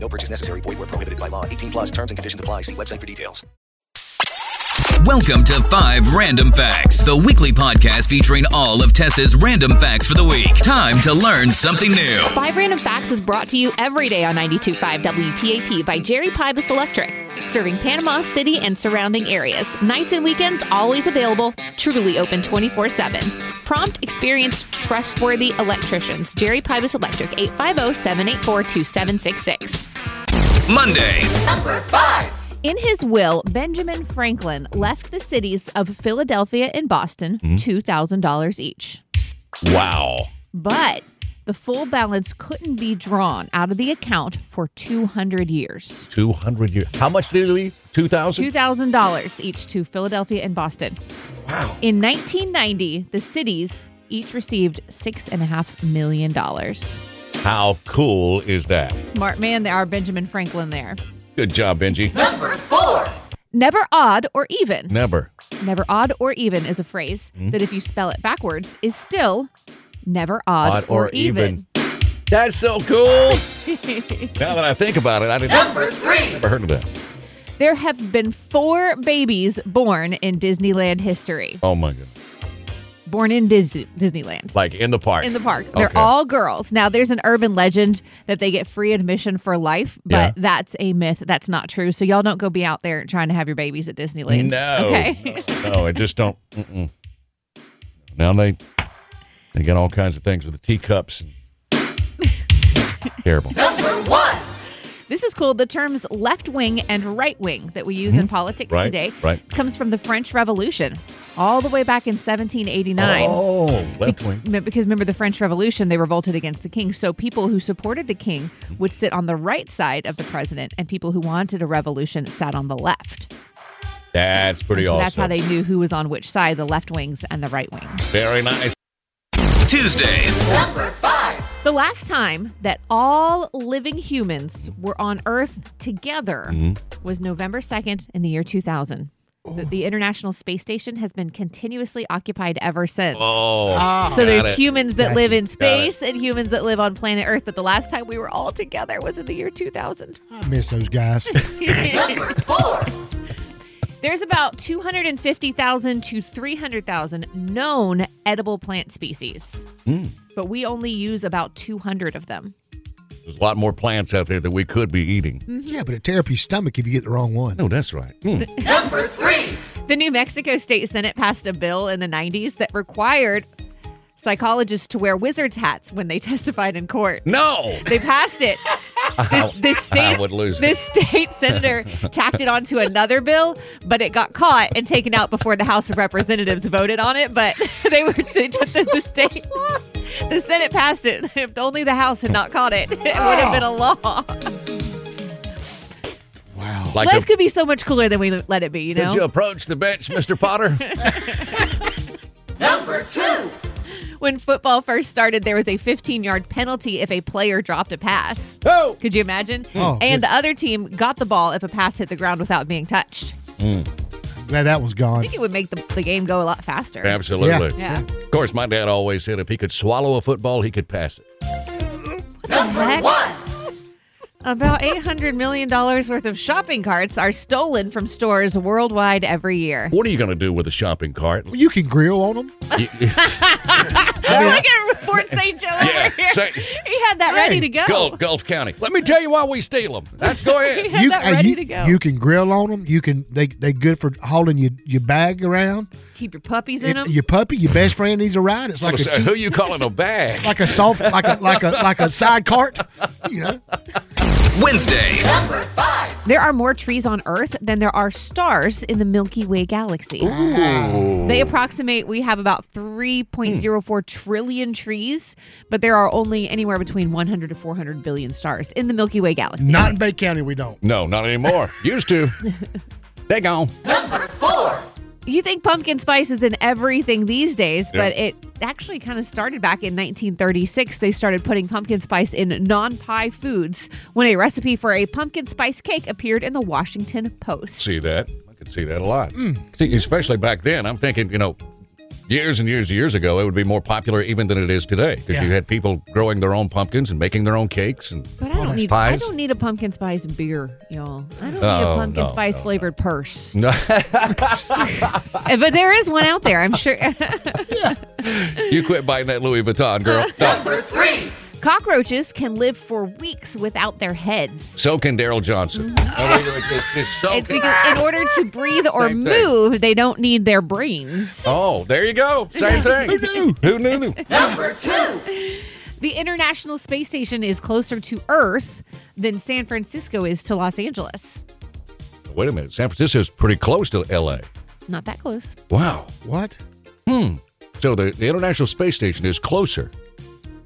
No purchase necessary. Void where prohibited by law. 18 plus terms and conditions apply. See website for details. Welcome to Five Random Facts, the weekly podcast featuring all of Tessa's random facts for the week. Time to learn something new. Five Random Facts is brought to you every day on 92.5 WPAP by Jerry Pybus Electric, serving Panama City and surrounding areas. Nights and weekends always available, truly open 24 7. Prompt, experienced, trustworthy electricians. Jerry Pybus Electric, oh, 850 784 2766. Monday, In his will, Benjamin Franklin left the cities of Philadelphia and Boston $2,000 each. Wow. But the full balance couldn't be drawn out of the account for 200 years. 200 years. How much did he leave? 2,000? $2,000 each to Philadelphia and Boston. Wow. In 1990, the cities each received $6.5 million. How cool is that? Smart man, there are Benjamin Franklin there. Good job, Benji. Never odd or even. Never. Never odd or even is a phrase Hmm? that, if you spell it backwards, is still never odd, Odd or even. That's so cool. now that I think about it, I didn't. Number three. Never heard of that. There have been four babies born in Disneyland history. Oh, my goodness. Born in Disney, Disneyland. Like in the park. in the park. They're Okay. all girls. Now, there's an urban legend that they get free admission for life, but Yeah. that's a myth. That's not true. So, y'all don't go be out there trying to have your babies at Disneyland. No. Okay. no, I just don't. Mm-mm. Now they they got all kinds of things with the teacups. And... Terrible. this is cool. The terms left wing and right wing that we use in politics Mhm. Right, today right. comes from the French Revolution all the way back in 1789. Oh, left wing. Me- because remember the French Revolution, they revolted against the king. So people who supported the king would sit on the right side of the president, and people who wanted a revolution sat on the left. That's pretty so awesome. that's how they knew who was on which side, the left wings and the right wings. Very nice. Tuesday, The last time that all living humans were on Earth together Mm-hmm. was November 2nd in the year 2000. The, Oh. the International Space Station has been continuously occupied ever since. Oh, So there's it. humans that live in it. space and humans that live on planet Earth, but the last time we were all together was in the year 2000. I miss those guys. There's about 250,000 to 300,000 known edible plant species, Hmm. but we only use about 200 of them. there's a lot more plants out there that we could be eating. Mm-hmm. yeah, but it tear up your stomach if you get the wrong one. No, that's right. Hmm. The New Mexico State Senate passed a bill in the 90s that required psychologists to wear wizards hats when they testified in court. No. They passed it. This, this I state, would lose. this state senator tacked it onto another bill, but it got caught and taken out before the House of Representatives voted on it. But they were they just in the state. The Senate passed it. If only the House had not caught it, it would have been a law. Wow. Like Life a, could be so much cooler than we let it be. You know. could you approach the bench, Mr. Potter? when football first started, there was a 15 yard penalty if a player dropped a pass. oh. Could you imagine? Oh, and the other team got the ball if a pass hit the ground without being touched. Glad that was I gone. think it would make the, the game go a lot faster. Absolutely. Yeah. Of course, my dad always said if he could swallow a football, he could pass it. Heck. About $800 million worth of shopping carts are stolen from stores worldwide every year. What are you going to do with a shopping cart? Well, you can grill on them. You- Look at Fort St. Joe Yeah, over here. say- he had that ready to go. Gulf, Gulf County. Let me tell you why we steal them. Let's go He ahead. had you, that hey, ready you, to go. you can grill on them. You can. They they good for hauling your, your bag around. Keep your puppies in them. Your puppy, your best friend needs a ride. It's like a So cheap, who you calling a bag? like a soft, like a like a like a side cart. You know. Wednesday, There are more trees on Earth than there are stars in the Milky Way galaxy. They approximate we have about 3.04 trillion trees, but there are only anywhere between 100 to 400 billion stars in the Milky Way galaxy. Not in Bay County, we don't. No, not anymore. Used to. They gone. You think pumpkin spice is in everything these days, Yeah. but it actually kind of started back in 1936. They started putting pumpkin spice in non pie foods when a recipe for a pumpkin spice cake appeared in the Washington Post. See that? I could see that a lot. See, especially back then. I'm thinking, you know, years and years and years ago, it would be more popular even than it is today because Yeah. you had people growing their own pumpkins and making their own cakes and But I don't need I pies. don't need a pumpkin spice beer, y'all. I don't need Oh, a pumpkin no, spice no, flavored purse. Eh, No. but there is one out there, I'm sure. you quit buying that Louis Vuitton, girl. No. Cockroaches can live for weeks without their heads. So can Daryl Johnson. I mean, it's just- just so It's can- because in order to breathe or Same thing. move, they don't need their brains. Oh, there you go. Same thing. Who knew? Who knew? The International Space Station is closer to Earth than San Francisco is to Los Angeles. Wait a minute. San Francisco's pretty close to L.A. Not that close. Wow. What? So the, the International Space Station is closer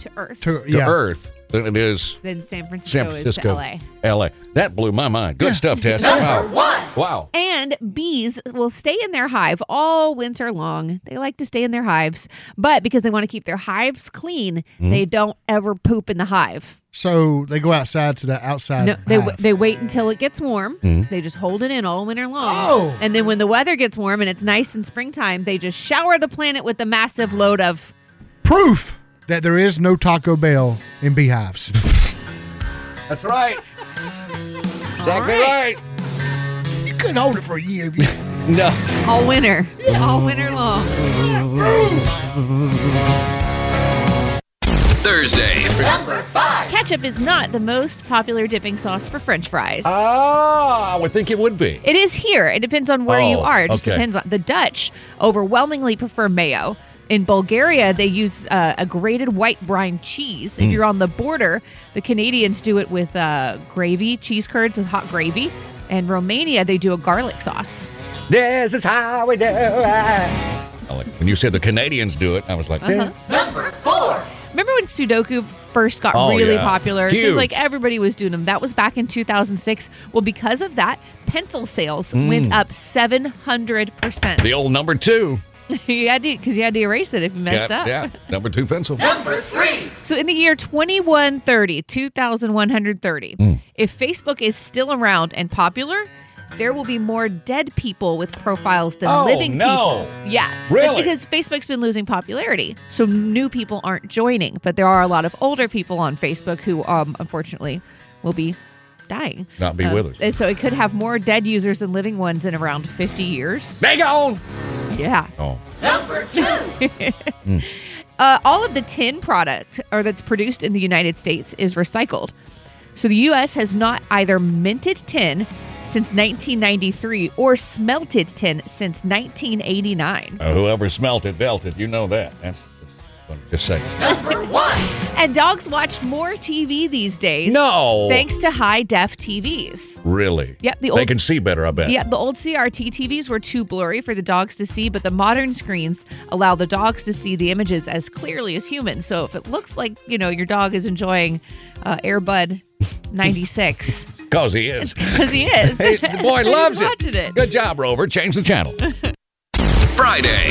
To Earth To, to yeah. Earth than it is than San Francisco, San Francisco, is to LA. LA. That blew my mind. Good stuff, Tess. Number wow. one. Wow. And bees will stay in their hive all winter long. They like to stay in their hives, but because they want to keep their hives clean, Mm-hmm. they don't ever poop in the hive. So they go outside to the outside. No, they w- hive. Mm-hmm. they wait until it gets warm. They just hold it in all winter long. Oh. And then when the weather gets warm and it's nice in springtime, they just shower the planet with a massive load of Proof that there is no Taco Bell in beehives. That's right. exactly right. you couldn't hold it for a year. if you- No. all winter, all winter long. Thursday, Ketchup is not the most popular dipping sauce for French fries. Ah, I would think it would be. It is here. It depends on where you Oh, are. It just okay. depends on the Dutch overwhelmingly prefer mayo. In Bulgaria, they use uh, a grated white brine cheese. If you're on the border, the Canadians do it with uh, gravy, cheese curds with hot gravy. And Romania, they do a garlic sauce. This is how we do it. Like, when you said the Canadians do it, I was like, eh. Remember when Sudoku first got Oh, really yeah. popular? It Huge. seems like everybody was doing them. That was back in 2006. Well, because of that, pencil sales Mm. went up 700%. the old number two. you had to, because you had to erase it if you messed yeah, up. yeah, number two pencil. So in the year 2130, 2130, Hmm. if Facebook is still around and popular, there will be more dead people with profiles than Oh, living no. people. Yeah. Really? That's because Facebook's been losing popularity. So new people aren't joining, but there are a lot of older people on Facebook who um unfortunately will be dying. Not be Um, with us. And so it could have more dead users than living ones in around 50 years. Big on. Yeah. Oh, uh, all of the tin product or that's produced in the United States is recycled. So the U.S. has not either minted tin since 1993 or smelted tin since 1989. Uh, whoever smelt it dealt it. You know that. That's that's what I'm just saying. And dogs watch more TV these days. No. Thanks to high def TVs. Really? Yep, the they old- can see better, I bet. Yeah, the old CRT TVs were too blurry for the dogs to see, but the modern screens allow the dogs to see the images as clearly as humans. So if it looks like, you know, your dog is enjoying uh, Airbud 96, Because he is. because he is. Hey, the boy He's loves watching it. Good job, Rover. Change the channel. Friday,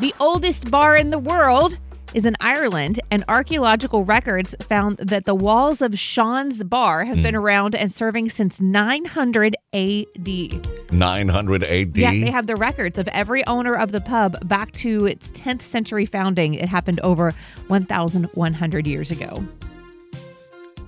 The oldest bar in the world is in Ireland, and archaeological records found that the walls of Sean's Bar have been around and serving since 900 AD. 900 AD. Yeah, they have the records of every owner of the pub back to its 10th century founding. It happened over 1,100 years ago.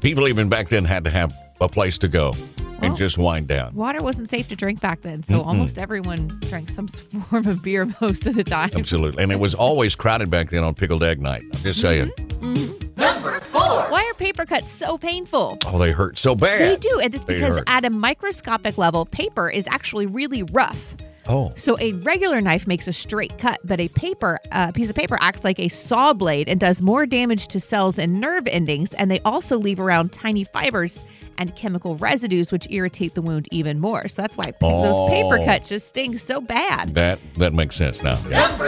People even back then had to have a place to go Oh. and just wind down. Water wasn't safe to drink back then, so almost everyone drank some form of beer most of the time. Absolutely. And it was always crowded back then on pickled egg night. I'm just Mm-hmm. saying. Why are paper cuts so painful? Oh, they hurt so bad. They do, and it's They because hurt. at a microscopic level, paper is actually really rough. Oh. So a regular knife makes a straight cut, but a paper uh, piece of paper acts like a saw blade and does more damage to cells and nerve endings, and they also leave around tiny fibers and chemical residues which irritate the wound even more. So that's why pa- those Oh. paper cuts just sting so bad. That that makes sense now. Yeah.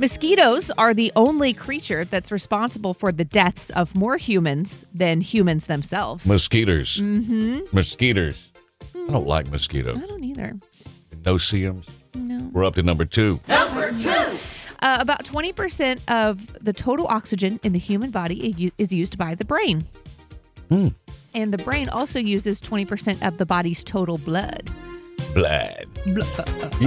Mosquitoes are the only creature that's responsible for the deaths of more humans than humans themselves. Mosquitoes. Mm-hmm. Mosquitoes. I don't like mosquitoes. I don't either. Or No seums. no. We're up to number two. Uh, about 20% of the total oxygen in the human body i- is used by the brain. And the brain also uses 20% of the body's total blood. Blood. You,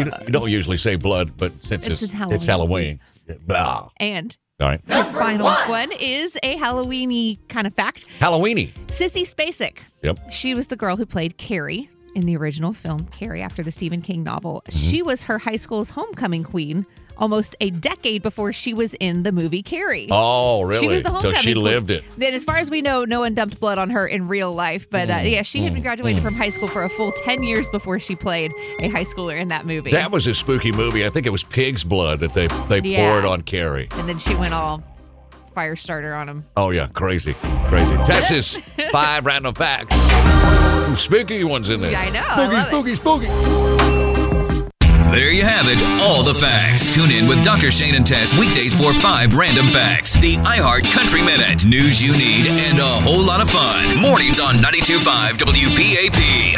don't- you don't usually say blood, but since It's it's, just it's Halloween. Blah. And All right. the final one is a Halloweeny kind of fact. Halloweeny. Sissy Spacek. Yep. She was the girl who played Carrie in the original film Carrie after the Stephen King novel. She was her high school's homecoming queen almost a decade before she was in the movie Carrie. Oh, really? She was the so homecoming she queen. lived it. Then, as far as we know, no one dumped blood on her in real life. But uh, yeah, she Mm-hmm. had been graduated Mm. from high school for a full 10 years before she played a high schooler in that movie. That was a spooky movie. I think it was pig's blood that they they Yeah. poured on Carrie. and then she went all fire starter on him. Oh yeah, crazy, crazy. Texas five random facts. Some spooky ones in there. Yeah, I know. I love it. spooky, spooky, spooky. There you have it, all the facts. Tune in with Dr. Shane and Tess weekdays for five random facts, the iHeart Country Minute, news you need, and a whole lot of fun. Mornings on 92.5 WPAP.